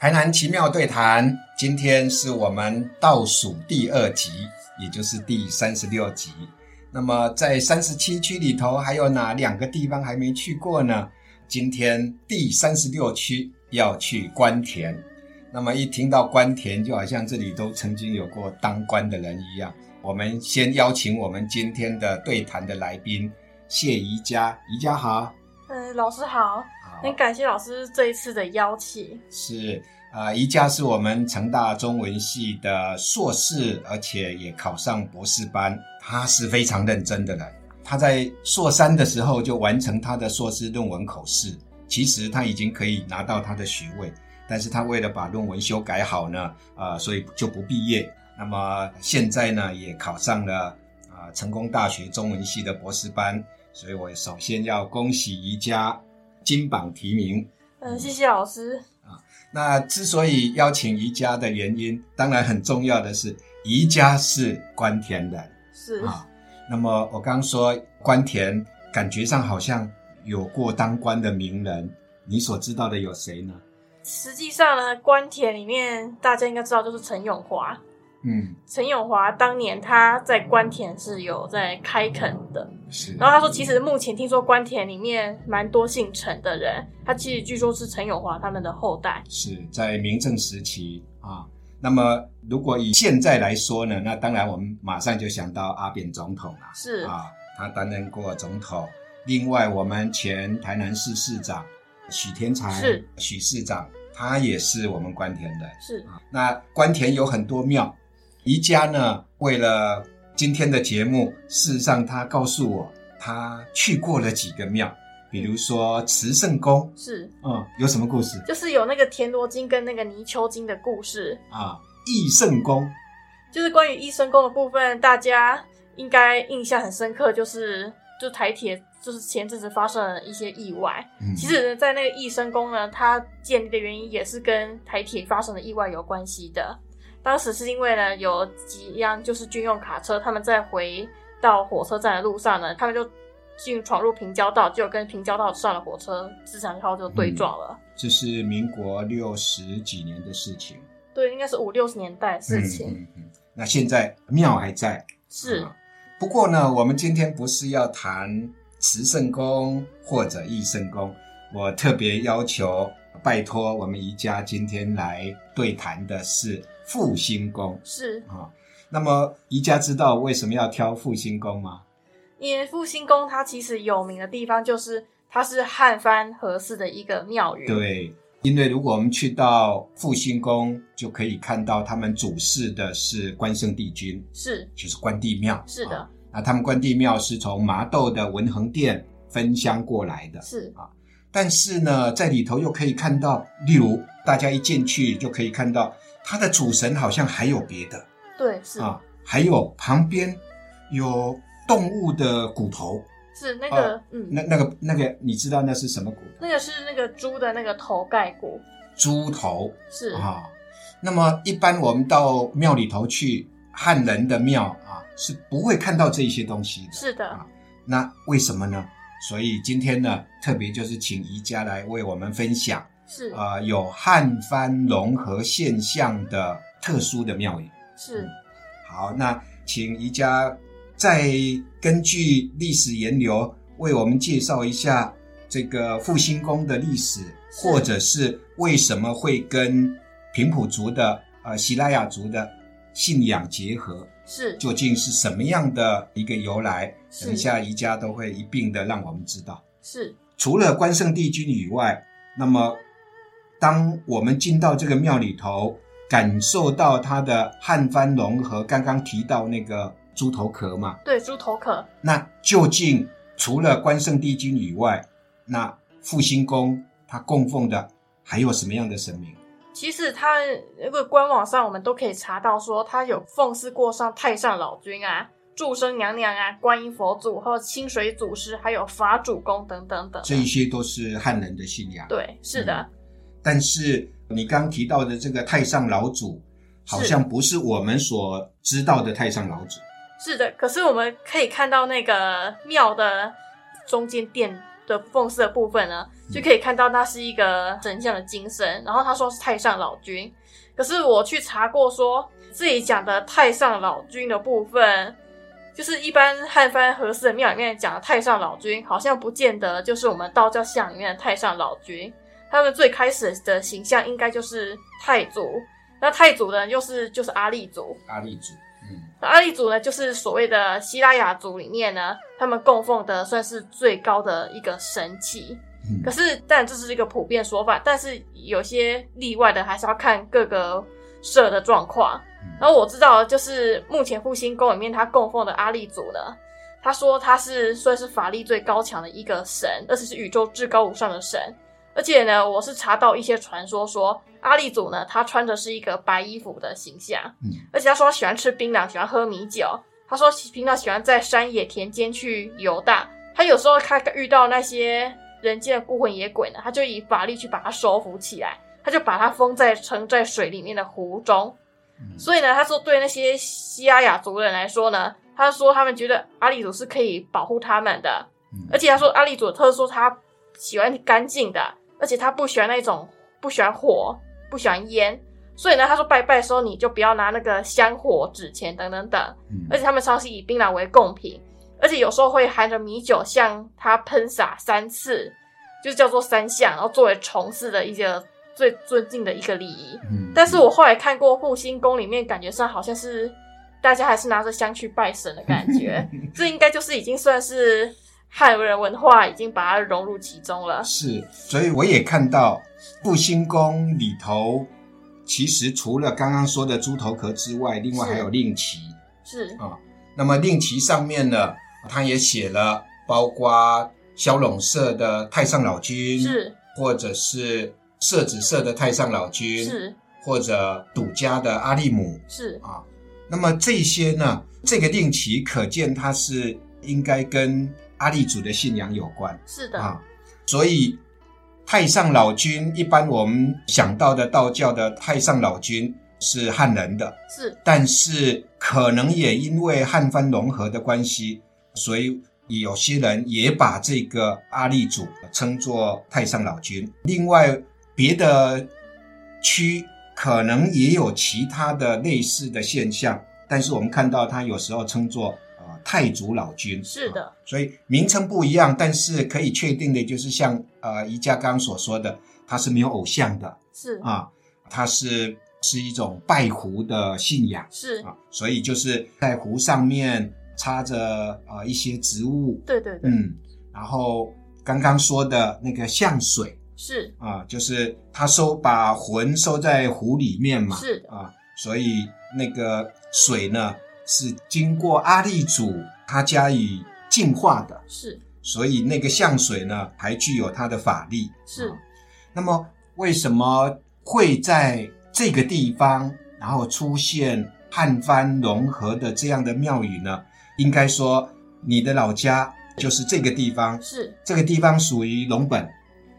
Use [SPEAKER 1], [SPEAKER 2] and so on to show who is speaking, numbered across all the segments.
[SPEAKER 1] 台南奇妙对谈，今天是我们倒数第二集，也就是第三十六集。那么在三十七区里头，还有哪两个地方还没去过呢？今天第三十六区要去关田。那么一听到关田，就好像这里都曾经有过当官的人一样。我们先邀请我们今天的对谈的来宾谢宜家，宜家好。
[SPEAKER 2] 嗯，老师好，
[SPEAKER 1] 好
[SPEAKER 2] 很感谢老师这一次的邀请。
[SPEAKER 1] 是啊，宜、家是我们成大中文系的硕士，而且也考上博士班。他是非常认真的人，他在硕三的时候就完成他的硕士论文口试。其实他已经可以拿到他的学位，但是他为了把论文修改好呢，啊，所以就不毕业。那么现在呢，也考上了啊、成功大学中文系的博士班，所以我首先要恭喜宜家金榜题名。
[SPEAKER 2] 嗯，谢谢老师。
[SPEAKER 1] 那之所以邀请宜家的原因，当然很重要的是宜家是关田人
[SPEAKER 2] 是，
[SPEAKER 1] 啊。那么我刚说关田，感觉上好像有过当官的名人，你所知道的有谁呢？
[SPEAKER 2] 实际上呢，关田里面大家应该知道就是陈永华。
[SPEAKER 1] 嗯，
[SPEAKER 2] 陈永华当年他在关田是有在开垦的，
[SPEAKER 1] 是
[SPEAKER 2] 然后他说，其实目前听说关田里面蛮多姓陈的人，他其实据说是陈永华他们的后代。
[SPEAKER 1] 是在明政时期啊。那么如果以现在来说呢，那当然我们马上就想到阿扁总统啦。
[SPEAKER 2] 是，
[SPEAKER 1] 啊，他担任过总统。另外，我们前台南市市长许天才，
[SPEAKER 2] 是
[SPEAKER 1] 许市长，他也是我们关田人。
[SPEAKER 2] 是，
[SPEAKER 1] 啊那关田有很多庙，宜家呢，为了今天的节目，事实上他告诉我，他去过了几个庙，比如说慈圣宫，
[SPEAKER 2] 是，
[SPEAKER 1] 嗯，有什么故事
[SPEAKER 2] 就是有那个田螺精跟那个泥鳅精的故事。
[SPEAKER 1] 啊？义圣宫，
[SPEAKER 2] 就是关于益生宫的部分，大家应该印象很深刻，就是就台铁就是前阵子发生了一些意外。
[SPEAKER 1] 嗯，
[SPEAKER 2] 其实，在那个益生宫呢，它建立的原因也是跟台铁发生的意外有关系的。当时是因为呢，有几辆就是军用卡车，他们在回到火车站的路上呢，他们就进闯入平交道，就跟平交道上的火车自强号就对撞了。
[SPEAKER 1] 这是民国六十几年的事情，
[SPEAKER 2] 对，应该是五六十年代的事
[SPEAKER 1] 嗯
[SPEAKER 2] 情。
[SPEAKER 1] 嗯嗯。那现在庙还在，
[SPEAKER 2] 是
[SPEAKER 1] 啊不过呢，我们今天不是要谈慈圣宫或者义圣宫，我特别要求拜托我们宜家今天来对谈的是复兴宫
[SPEAKER 2] 是，
[SPEAKER 1] 啊。那么宜家知道为什么要挑复兴宫吗？
[SPEAKER 2] 因为复兴宫它其实有名的地方就是它是汉番合寺的一个庙宇，，
[SPEAKER 1] 对，因为如果我们去到复兴宫，就可以看到他们主事的是关圣帝君，
[SPEAKER 2] 是
[SPEAKER 1] 就是关帝庙。
[SPEAKER 2] 是的，
[SPEAKER 1] 啊那他们关帝庙是从麻豆的文衡殿分香过来的。
[SPEAKER 2] 是
[SPEAKER 1] 但是呢，在里头又可以看到，例如大家一进去就可以看到，它的主神好像还有别的
[SPEAKER 2] 对是、
[SPEAKER 1] 啊，还有旁边有动物的骨头，
[SPEAKER 2] 是那个、嗯
[SPEAKER 1] 啊那那个那个，你知道那是什么骨头？
[SPEAKER 2] 那个是那个猪的那个头盖骨，
[SPEAKER 1] 猪头
[SPEAKER 2] 是、
[SPEAKER 1] 啊。那么一般我们到庙里头去，汉人的庙啊是不会看到这些东西的。
[SPEAKER 2] 是的，
[SPEAKER 1] 啊那为什么呢？所以今天呢，特别就是请宜家来为我们分享。
[SPEAKER 2] 是、
[SPEAKER 1] 呃，有汉番融合现象的特殊的庙宇。
[SPEAKER 2] 是
[SPEAKER 1] 好，那请宜家再根据历史源流为我们介绍一下这个复兴宫的历史，
[SPEAKER 2] 是
[SPEAKER 1] 或者是为什么会跟平埔族的呃喜拉雅族的信仰结合，
[SPEAKER 2] 是
[SPEAKER 1] 究竟是什么样的一个由来？
[SPEAKER 2] 是
[SPEAKER 1] 等一下宜家都会一并的让我们知道。
[SPEAKER 2] 是
[SPEAKER 1] 除了关圣帝君以外，那么当我们进到这个庙里头，感受到它的汉番融合，刚刚提到那个猪头壳嘛，
[SPEAKER 2] 对猪头壳
[SPEAKER 1] 那究竟除了关圣帝君以外，那复兴宫它供奉的还有什么样的神明？
[SPEAKER 2] 其实它那个官网上我们都可以查到，说它有奉祀过上太上老君啊、祝生娘娘啊、观音佛祖，还有清水祖师，还有法主公等等等。
[SPEAKER 1] 这嗯些都是汉人的信仰。
[SPEAKER 2] 对，是的，
[SPEAKER 1] 但是你刚提到的这个太上老祖，好
[SPEAKER 2] 是
[SPEAKER 1] 像不是我们所知道的太上老祖。
[SPEAKER 2] 是的。可是我们可以看到那个庙的中间殿的凤寺的部分呢，就可以看到它是一个神像的精神。然后他说是太上老君，可是我去查过说，自己讲的太上老君的部分，就是一般汉番和寺的庙里面讲的太上老君，好像不见得就是我们道教像里面的太上老君。他们最开始的形象应该就是太祖，那太祖呢，就是就是阿立族。
[SPEAKER 1] 阿立族，嗯，
[SPEAKER 2] 那阿立族呢，就是所谓的希拉雅族里面呢，他们供奉的算是最高的一个神祇。
[SPEAKER 1] 嗯
[SPEAKER 2] 可是，当然这是一个普遍说法，但是有些例外的还是要看各个社的状况。然后我知道，就是目前复兴宫里面他供奉的阿立族呢，他说他是算是法力最高强的一个神，而且是宇宙至高无上的神。而且呢，我是查到一些传说说，阿立祖呢，他穿的是一个白衣服的形象，
[SPEAKER 1] 嗯
[SPEAKER 2] 而且他说他喜欢吃槟榔，喜欢喝米酒。他说平常喜欢在山野田间去游荡，他有时候他遇到那些人间的孤魂野鬼呢，他就以法力去把它收服起来，他就把它封在沉在水里面的湖中。
[SPEAKER 1] 嗯
[SPEAKER 2] 所以呢，他说对那些西亚雅族人来说呢，他说他们觉得阿里族是可以保护他们的，
[SPEAKER 1] 嗯
[SPEAKER 2] 而且他说阿里佐特说他喜欢干净的，而且他不喜欢那种不喜欢火，不喜欢烟，所以呢，他说拜拜的时候你就不要拿那个香火、纸钱等等等，
[SPEAKER 1] 嗯
[SPEAKER 2] 而且他们常是以槟榔为贡品，而且有时候会含着米酒向他喷洒三次，就是叫做三项，然后作为从事的一个最尊敬的一个礼仪。
[SPEAKER 1] 嗯
[SPEAKER 2] 但是我后来看过复兴宫里面，感觉上好像是大家还是拿着香去拜神的感觉， 这应该就是已经算是汉人文化已经把它融入其中了。
[SPEAKER 1] 是，所以我也看到复兴宫里头，其实除了刚刚说的猪头壳之外，另外
[SPEAKER 2] 是
[SPEAKER 1] 还有令旗。
[SPEAKER 2] 是
[SPEAKER 1] 嗯那么令旗上面呢，他也写了，包括骁龙社的太上老君，
[SPEAKER 2] 是
[SPEAKER 1] 或者是社子社的太上老君，
[SPEAKER 2] 是
[SPEAKER 1] 或者赌家的阿利姆
[SPEAKER 2] 是
[SPEAKER 1] 啊。那么这些呢，这个令旗可见它是应该跟阿利族的信仰有关。
[SPEAKER 2] 是的，
[SPEAKER 1] 啊，所以太上老君一般我们想到的道教的太上老君是汉人的，
[SPEAKER 2] 是
[SPEAKER 1] 但是可能也因为汉番融合的关系，所以有些人也把这个阿立祖称作太上老君。另外，别的区可能也有其他的类似的现象，但是我们看到他有时候称作。呃太祖老君
[SPEAKER 2] 是的，
[SPEAKER 1] 所以名称不一样，但是可以确定的就是像呃宜家刚刚所说的，它是没有偶像的
[SPEAKER 2] 是
[SPEAKER 1] 啊，它是是一种拜壶的信仰
[SPEAKER 2] 是，
[SPEAKER 1] 啊，所以就是在壶上面插着呃一些植物，
[SPEAKER 2] 对对对，
[SPEAKER 1] 嗯，然后刚刚说的那个象水
[SPEAKER 2] 是
[SPEAKER 1] 啊，就是他收把魂收在壶里面嘛，
[SPEAKER 2] 是的
[SPEAKER 1] 啊，所以那个水呢是经过阿力主他加以净化的。
[SPEAKER 2] 是
[SPEAKER 1] 所以那个象水呢，还具有它的法力。
[SPEAKER 2] 是
[SPEAKER 1] 啊那么为什么会在这个地方，然后出现汉番融合的这样的庙宇呢？应该说，你的老家就是这个地方，
[SPEAKER 2] 是。
[SPEAKER 1] 这个地方属于龙本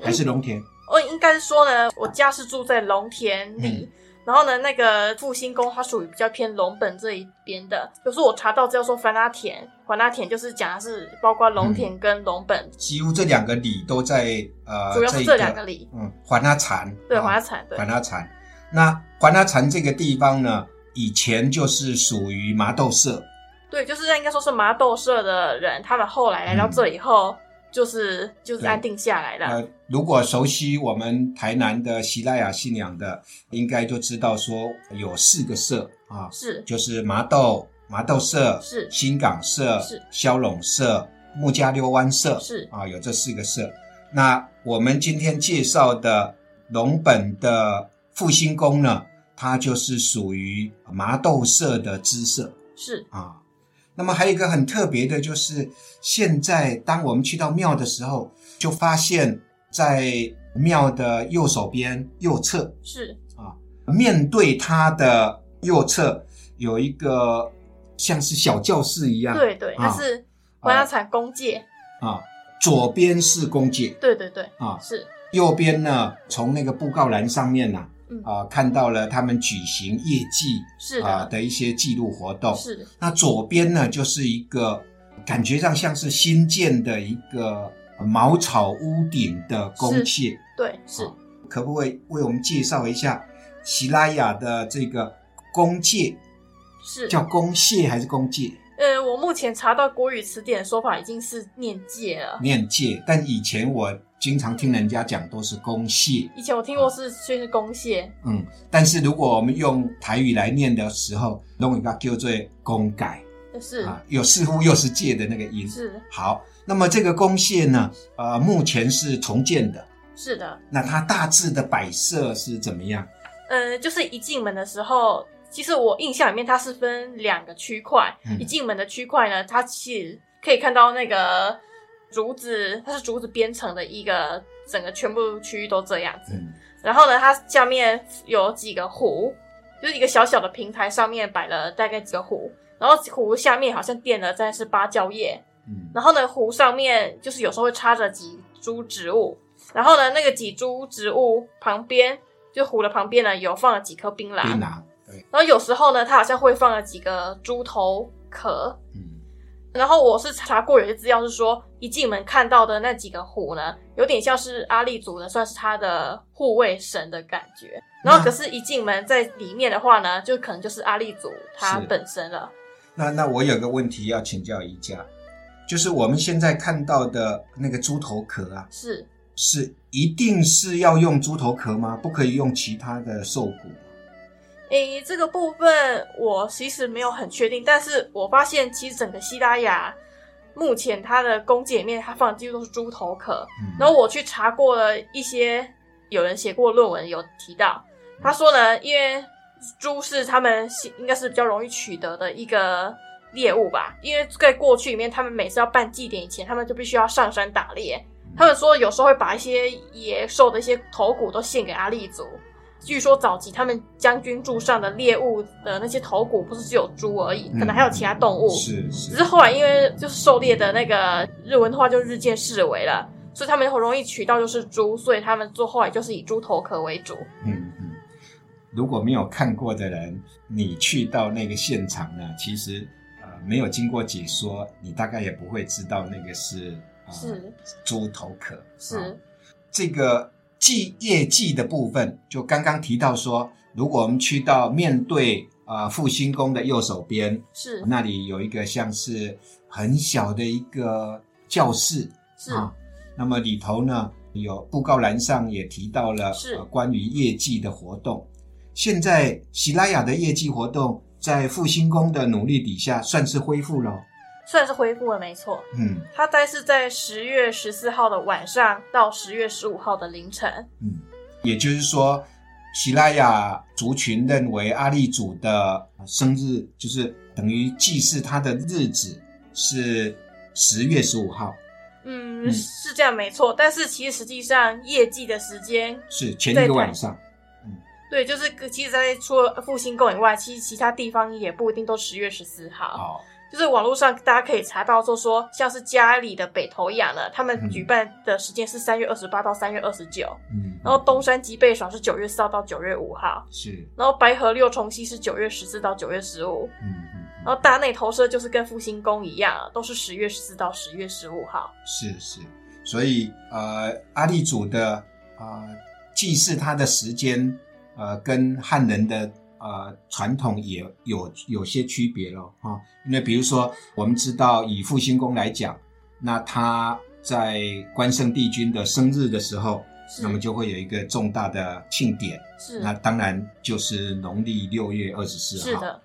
[SPEAKER 1] 还
[SPEAKER 2] 嗯
[SPEAKER 1] 是龙田？
[SPEAKER 2] 我哦应该说呢，我家是住在龙田里。
[SPEAKER 1] 嗯
[SPEAKER 2] 然后呢，那个复兴宫它属于比较偏龙本这一边的。有时候我查到资料说番拉田，番拉田就是讲的是包括龙
[SPEAKER 1] 嗯
[SPEAKER 2] 田跟龙本，
[SPEAKER 1] 几乎这两个里都在呃，
[SPEAKER 2] 主要是
[SPEAKER 1] 一
[SPEAKER 2] 这两个里。
[SPEAKER 1] 嗯，环阿禅，
[SPEAKER 2] 对，
[SPEAKER 1] 啊
[SPEAKER 2] 华产对
[SPEAKER 1] 环阿禅。那环阿禅这个地方呢，以前就是属于麻豆社，
[SPEAKER 2] 对，就是应该说是麻豆社的人，他们后来来到
[SPEAKER 1] 嗯
[SPEAKER 2] 这以后，就是就是
[SPEAKER 1] 对
[SPEAKER 2] 安定下来了。
[SPEAKER 1] 呃，如果熟悉我们台南的喜拉雅信仰的，应该就知道说有四个社啊，
[SPEAKER 2] 是
[SPEAKER 1] 就是麻豆麻豆社、
[SPEAKER 2] 是
[SPEAKER 1] 新港社、
[SPEAKER 2] 是
[SPEAKER 1] 骁龙社、木家溜湾社
[SPEAKER 2] 是
[SPEAKER 1] 啊，有这四个社。那我们今天介绍的龙本的复兴宫呢，它就是属于麻豆社的支社。
[SPEAKER 2] 是
[SPEAKER 1] 啊。那么还有一个很特别的，就是现在当我们去到庙的时候，就发现，在庙的右手边右侧，
[SPEAKER 2] 是
[SPEAKER 1] 面对它的右侧有一个像是小教室一样，
[SPEAKER 2] 对对，
[SPEAKER 1] 啊
[SPEAKER 2] 那是华拉产工界，
[SPEAKER 1] 啊，左边是公界
[SPEAKER 2] 对对对，
[SPEAKER 1] 啊，
[SPEAKER 2] 是
[SPEAKER 1] 右边呢从那个布告栏上面呢、
[SPEAKER 2] 嗯
[SPEAKER 1] 啊，看到了他们举行业绩
[SPEAKER 2] 是
[SPEAKER 1] 啊
[SPEAKER 2] 的，
[SPEAKER 1] 的一些记录活动，
[SPEAKER 2] 是的，
[SPEAKER 1] 那左边呢，就是一个感觉上像是新建的一个茅草屋顶的工械。
[SPEAKER 2] 对，是
[SPEAKER 1] 好可不可以为我们介绍一下喜拉雅的这个工械？
[SPEAKER 2] 是。
[SPEAKER 1] 叫工械还是工械？
[SPEAKER 2] 呃，我目前查到国语词典的说法已经是念戒了。
[SPEAKER 1] 念械，但以前我经常听人家讲都是工械。
[SPEAKER 2] 以前我听过是先是公蟹，
[SPEAKER 1] 嗯，但是如果我们用台语来念的时候，弄一个叫做公改
[SPEAKER 2] 是
[SPEAKER 1] 啊，有似乎又是借的那个音。
[SPEAKER 2] 是
[SPEAKER 1] 好，那么这个公蟹呢，呃，目前是重建的，
[SPEAKER 2] 是的，
[SPEAKER 1] 那它大致的摆设是怎么样？
[SPEAKER 2] 呃，就是一进门的时候，其实我印象里面它是分两个区块。
[SPEAKER 1] 嗯
[SPEAKER 2] 一进门的区块呢，它是可以看到那个竹子，它是竹子编成的一个整个全部区域都这样子。
[SPEAKER 1] 嗯，
[SPEAKER 2] 然后呢，它下面有几个壶，就是一个小小的平台，上面摆了大概几个壶。然后壶下面好像垫了再是芭蕉叶，
[SPEAKER 1] 嗯，
[SPEAKER 2] 然后呢，壶上面就是有时候会插着几株植物，然后呢，那个几株植物旁边，就壶的旁边呢，有放了几颗槟榔，
[SPEAKER 1] 槟榔，对，
[SPEAKER 2] 然后有时候呢，它好像会放了几个猪头壳。
[SPEAKER 1] 嗯，
[SPEAKER 2] 然后我是查过有些资料是说，一进门看到的那几个壶呢，有点像是阿力族的，算是他的护卫神的感
[SPEAKER 1] 嗯
[SPEAKER 2] 觉。然后
[SPEAKER 1] 那
[SPEAKER 2] 可是，一进门在里面的话呢，就可能就是阿力族他
[SPEAKER 1] 是
[SPEAKER 2] 本身了。
[SPEAKER 1] 那那我有个问题要请教宜家，就是我们现在看到的那个猪头壳啊，
[SPEAKER 2] 是，
[SPEAKER 1] 是一定是要用猪头壳吗？不可以用其他的兽骨吗？
[SPEAKER 2] 诶，这个部分我其实没有很确定，但是我发现其实整个西拉雅目前它的弓箭里面，它放的几乎都是猪头壳。
[SPEAKER 1] 嗯
[SPEAKER 2] 然后我去查过了一些有人写过论文有提到，他说呢，因为猪是他们应该是比较容易取得的一个猎物吧，因为在过去里面，他们每次要办祭典以前，他们就必须要上山打猎。他们说有时候会把一些野兽的一些头骨都献给阿力族。据说早期他们将军柱上的猎物的那些头骨，不是只有猪而已，
[SPEAKER 1] 嗯
[SPEAKER 2] 可能还有其他动物。
[SPEAKER 1] 是
[SPEAKER 2] 只
[SPEAKER 1] 是
[SPEAKER 2] 是，后来因为就是狩猎的那个日文化就日渐式微了，所以他们很容易取到就是猪，所以他们做后来就是以猪头壳为主。
[SPEAKER 1] 嗯嗯。如果没有看过的人，你去到那个现场呢，其实呃没有经过解说，你大概也不会知道那个是、呃、
[SPEAKER 2] 是
[SPEAKER 1] 猪头壳
[SPEAKER 2] 是、
[SPEAKER 1] 啊这个记业绩的部分，就刚刚提到说，如果我们去到面对啊、呃、复兴宫的右手边，
[SPEAKER 2] 是
[SPEAKER 1] 那里有一个像是很小的一个教室
[SPEAKER 2] 是、
[SPEAKER 1] 啊，那么里头呢有布告栏上也提到了、
[SPEAKER 2] 是
[SPEAKER 1] 呃关于业绩的活动。现在喜拉雅的业绩活动在复兴宫的努力底下算是恢复了，
[SPEAKER 2] 虽然是恢复了没错，
[SPEAKER 1] 嗯
[SPEAKER 2] 它大概是在十月十四号的晚上到十月十五号的凌晨。
[SPEAKER 1] 嗯，也就是说，喜拉雅族群认为阿利祖的生日就是等于祭祀他的日子是十月十五号，
[SPEAKER 2] 嗯，
[SPEAKER 1] 嗯
[SPEAKER 2] 是这样没错，但是其实实际上业绩的时间，
[SPEAKER 1] 是前
[SPEAKER 2] 对
[SPEAKER 1] 一个
[SPEAKER 2] 对
[SPEAKER 1] 晚上。
[SPEAKER 2] 对，就是其实在除了复兴宫以外，其实其他地方也不一定都十月十四号。
[SPEAKER 1] 哦，
[SPEAKER 2] 就是网络上大家可以查到说说，像是家里的北投亚呢，他们举办的时间是三月二十八到三月二十九，
[SPEAKER 1] 嗯，
[SPEAKER 2] 然后东山吉贝爽是九月四号到九月五号，
[SPEAKER 1] 是，
[SPEAKER 2] 然后白河六重溪是九月十四到九月十五，
[SPEAKER 1] 嗯嗯，
[SPEAKER 2] 然后大内投射就是跟复兴宫一样，都是十月十四到十月十五号。
[SPEAKER 1] 是是，所以呃，阿利祖的呃祭祀他的时间呃，跟汉人的呃传统也有有些区别咯。哈、因为比如说我们知道以复兴宫来讲，那他在关圣帝君的生日的时候，
[SPEAKER 2] 是
[SPEAKER 1] 那么就会有一个重大的庆典，
[SPEAKER 2] 是
[SPEAKER 1] 那当然就是农历六月二十四号。
[SPEAKER 2] 是的，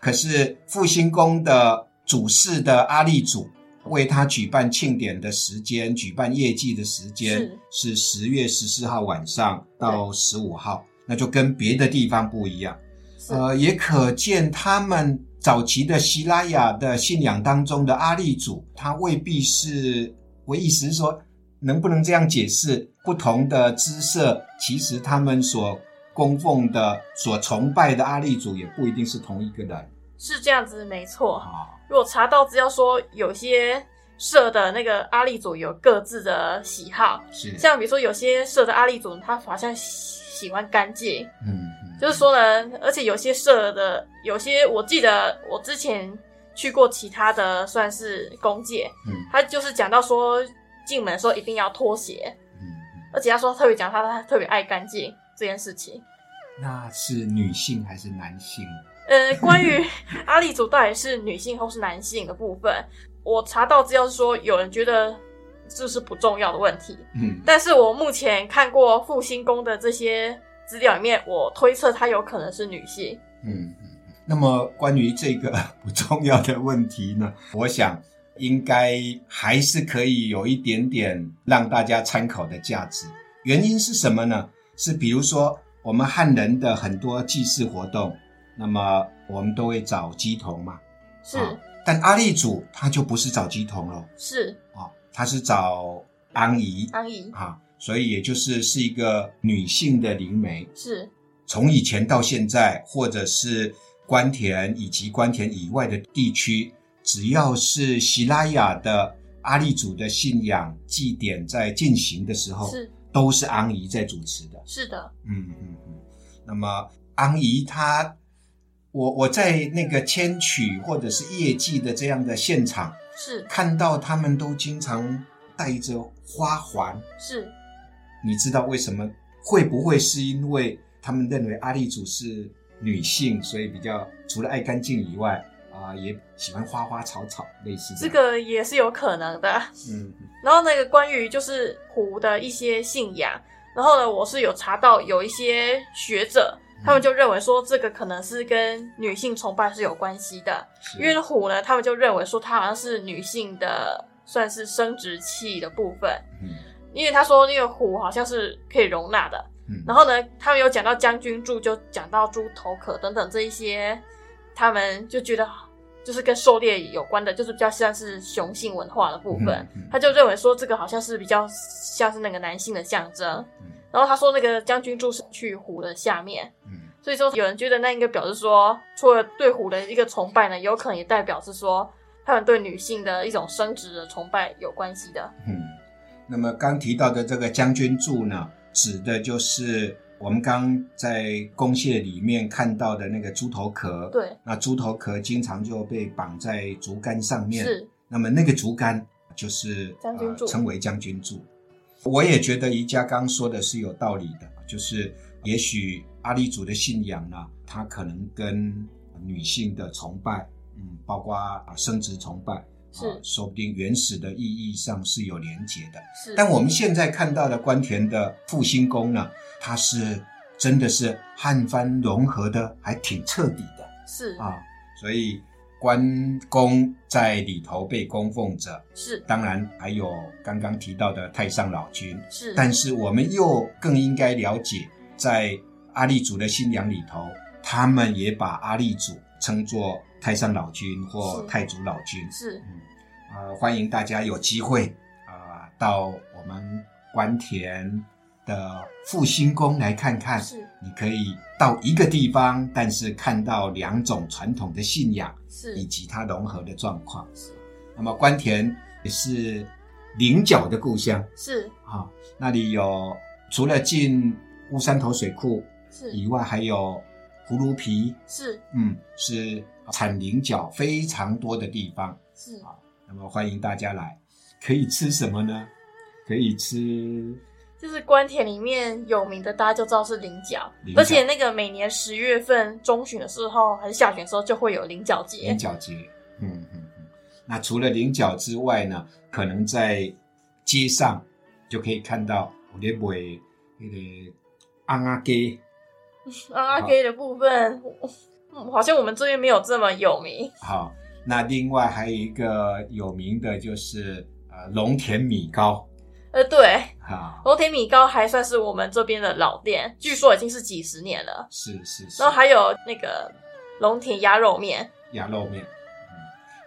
[SPEAKER 1] 可是复兴宫的主事的阿力主为他举办庆典的时间、举办业绩的时间是十月十四号晚上到十五号，那就跟别的地方不一样。
[SPEAKER 2] 是、
[SPEAKER 1] 呃，也可见他们早期的希拉雅的信仰当中的阿力主，他未必是我意思是说，能不能这样解释？不同的姿色，其实他们所供奉的、所崇拜的阿力主，也不一定是同一个人。
[SPEAKER 2] 是这样子，没错。
[SPEAKER 1] 啊，
[SPEAKER 2] 如果查到资料说有些社的那个阿力组有各自的喜好，
[SPEAKER 1] 是，
[SPEAKER 2] 像比如说有些社的阿力组，他好像喜喜欢干净，
[SPEAKER 1] 嗯，嗯
[SPEAKER 2] 就是说呢，而且有些社的有些，我记得我之前去过其他的算是公界，
[SPEAKER 1] 嗯
[SPEAKER 2] 他就是讲到说进门的时候一定要脱鞋，
[SPEAKER 1] 嗯，
[SPEAKER 2] 而且他说特别讲他他特别爱干净这件事情。
[SPEAKER 1] 那是女性还是男性？
[SPEAKER 2] 呃，关于阿里族到底是女性或是男性的部分，我查到资料是说有人觉得这是不重要的问题，
[SPEAKER 1] 嗯，
[SPEAKER 2] 但是我目前看过复兴宫的这些资料里面，我推测她有可能是女性。
[SPEAKER 1] 嗯，嗯那么关于这个不重要的问题呢，我想应该还是可以有一点点让大家参考的价值。原因是什么呢？是比如说我们汉人的很多祭祀活动，那么我们都会找鸡童嘛，
[SPEAKER 2] 是、
[SPEAKER 1] 啊但阿立主他就不是找鸡童了
[SPEAKER 2] 是，
[SPEAKER 1] 啊，他是找安姨
[SPEAKER 2] 安姨
[SPEAKER 1] 啊，所以也就是是一个女性的灵媒。
[SPEAKER 2] 是
[SPEAKER 1] 从以前到现在，或者是关田以及关田以外的地区，只要是希拉雅的阿利族的信仰祭典在进行的时候，
[SPEAKER 2] 是
[SPEAKER 1] 都是昂姨在主持的。
[SPEAKER 2] 是的，
[SPEAKER 1] 嗯嗯嗯。那么昂姨她，我我在那个迁曲或者是业绩的这样的现场，
[SPEAKER 2] 是
[SPEAKER 1] 看到他们都经常带着花环，
[SPEAKER 2] 是
[SPEAKER 1] 你知道为什么？会不会是因为他们认为阿利主是女性，所以比较除了爱干净以外，啊、也喜欢花花草草，类似
[SPEAKER 2] 这
[SPEAKER 1] 样，
[SPEAKER 2] 个也是有可能的。
[SPEAKER 1] 嗯，
[SPEAKER 2] 然后那个关于就是湖的一些信仰，然后呢，我是有查到有一些学者，他们就认为说这个可能是跟女性崇拜是有关系的，
[SPEAKER 1] 是
[SPEAKER 2] 因为虎呢，他们就认为说它好像是女性的算是生殖器的部分，
[SPEAKER 1] 嗯
[SPEAKER 2] 因为他说那个虎好像是可以容纳的。
[SPEAKER 1] 嗯，
[SPEAKER 2] 然后呢，他们有讲到将军柱，就讲到猪头壳等等这一些，他们就觉得就是跟狩猎有关的，就是比较像是雄性文化的部分。
[SPEAKER 1] 嗯嗯
[SPEAKER 2] 他就认为说这个好像是比较像是那个男性的象征。
[SPEAKER 1] 嗯
[SPEAKER 2] 然后他说那个将军柱是去虎的下面，
[SPEAKER 1] 嗯
[SPEAKER 2] 所以说有人觉得那应该表示说，除了对虎的一个崇拜呢，有可能也代表是说他们对女性的一种生殖的崇拜有关系的。
[SPEAKER 1] 嗯，那么刚提到的这个将军柱呢，指的就是我们刚在公蟹里面看到的那个猪头壳，，
[SPEAKER 2] 对，
[SPEAKER 1] 那猪头壳经常就被绑在竹竿上面，
[SPEAKER 2] 是
[SPEAKER 1] 那么那个竹竿就是
[SPEAKER 2] 将军柱
[SPEAKER 1] 呃、称为将军柱。我也觉得宜家刚说的是有道理的，就是也许阿立族的信仰呢，它可能跟女性的崇拜，嗯，包括啊生殖崇拜，
[SPEAKER 2] 是
[SPEAKER 1] 啊说不定原始的意义上是有连结的。
[SPEAKER 2] 是。
[SPEAKER 1] 但我们现在看到的关田的复兴宫呢，它是真的是汉番融合的还挺彻底的。
[SPEAKER 2] 是
[SPEAKER 1] 啊，所以关公在里头被供奉着，
[SPEAKER 2] 是
[SPEAKER 1] 当然还有刚刚提到的太上老君，
[SPEAKER 2] 是，
[SPEAKER 1] 但是我们又更应该了解，在阿立族的信仰里头，他们也把阿立族称作太上老君或
[SPEAKER 2] 是
[SPEAKER 1] 太祖老君。
[SPEAKER 2] 是
[SPEAKER 1] 呃，欢迎大家有机会啊、呃到我们关田的复兴宫来看看。
[SPEAKER 2] 是
[SPEAKER 1] 你可以到一个地方，但是看到两种传统的信仰
[SPEAKER 2] 是
[SPEAKER 1] 以及它融合的状况。
[SPEAKER 2] 是
[SPEAKER 1] 那么关田也是菱角的故乡
[SPEAKER 2] 是
[SPEAKER 1] 啊、那里有除了进乌山头水库以
[SPEAKER 2] 是
[SPEAKER 1] 外，还有葫芦皮，
[SPEAKER 2] 是
[SPEAKER 1] 嗯，是产菱角非常多的地方。
[SPEAKER 2] 是
[SPEAKER 1] 啊那么欢迎大家来，可以吃什么呢？可以吃
[SPEAKER 2] 就是关田里面有名的，大家就知道是菱角
[SPEAKER 1] 菱，角
[SPEAKER 2] 而且那个每年十月份中旬的时候还是下旬的时候就会有菱角节
[SPEAKER 1] 菱，角节。嗯嗯嗯。那除了菱角之外呢，可能在街上就可以看到有咧卖那个昂阿鸡
[SPEAKER 2] 啊，K 的部分，嗯好像我们这边没有这么有名，
[SPEAKER 1] 好。那另外还有一个有名的就是呃龙田米糕
[SPEAKER 2] 呃，对，
[SPEAKER 1] 啊，
[SPEAKER 2] 龙田米糕还算是我们这边的老店，据说已经是几十年了。
[SPEAKER 1] 是是是。
[SPEAKER 2] 然后还有那个龙田鸭肉面，
[SPEAKER 1] 鸭肉面。嗯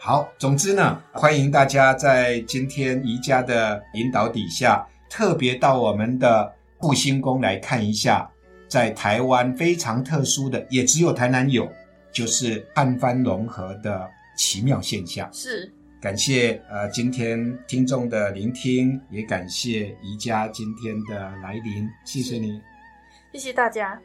[SPEAKER 1] 好，总之呢，欢迎大家在今天宜家的引导底下，特别到我们的复兴宫来看一下，在台湾非常特殊的，也只有台南有，就是汉番融合的奇妙现象。
[SPEAKER 2] 是
[SPEAKER 1] 感谢呃今天听众的聆听，也感谢宜家今天的来临，谢谢你。
[SPEAKER 2] 谢谢大家。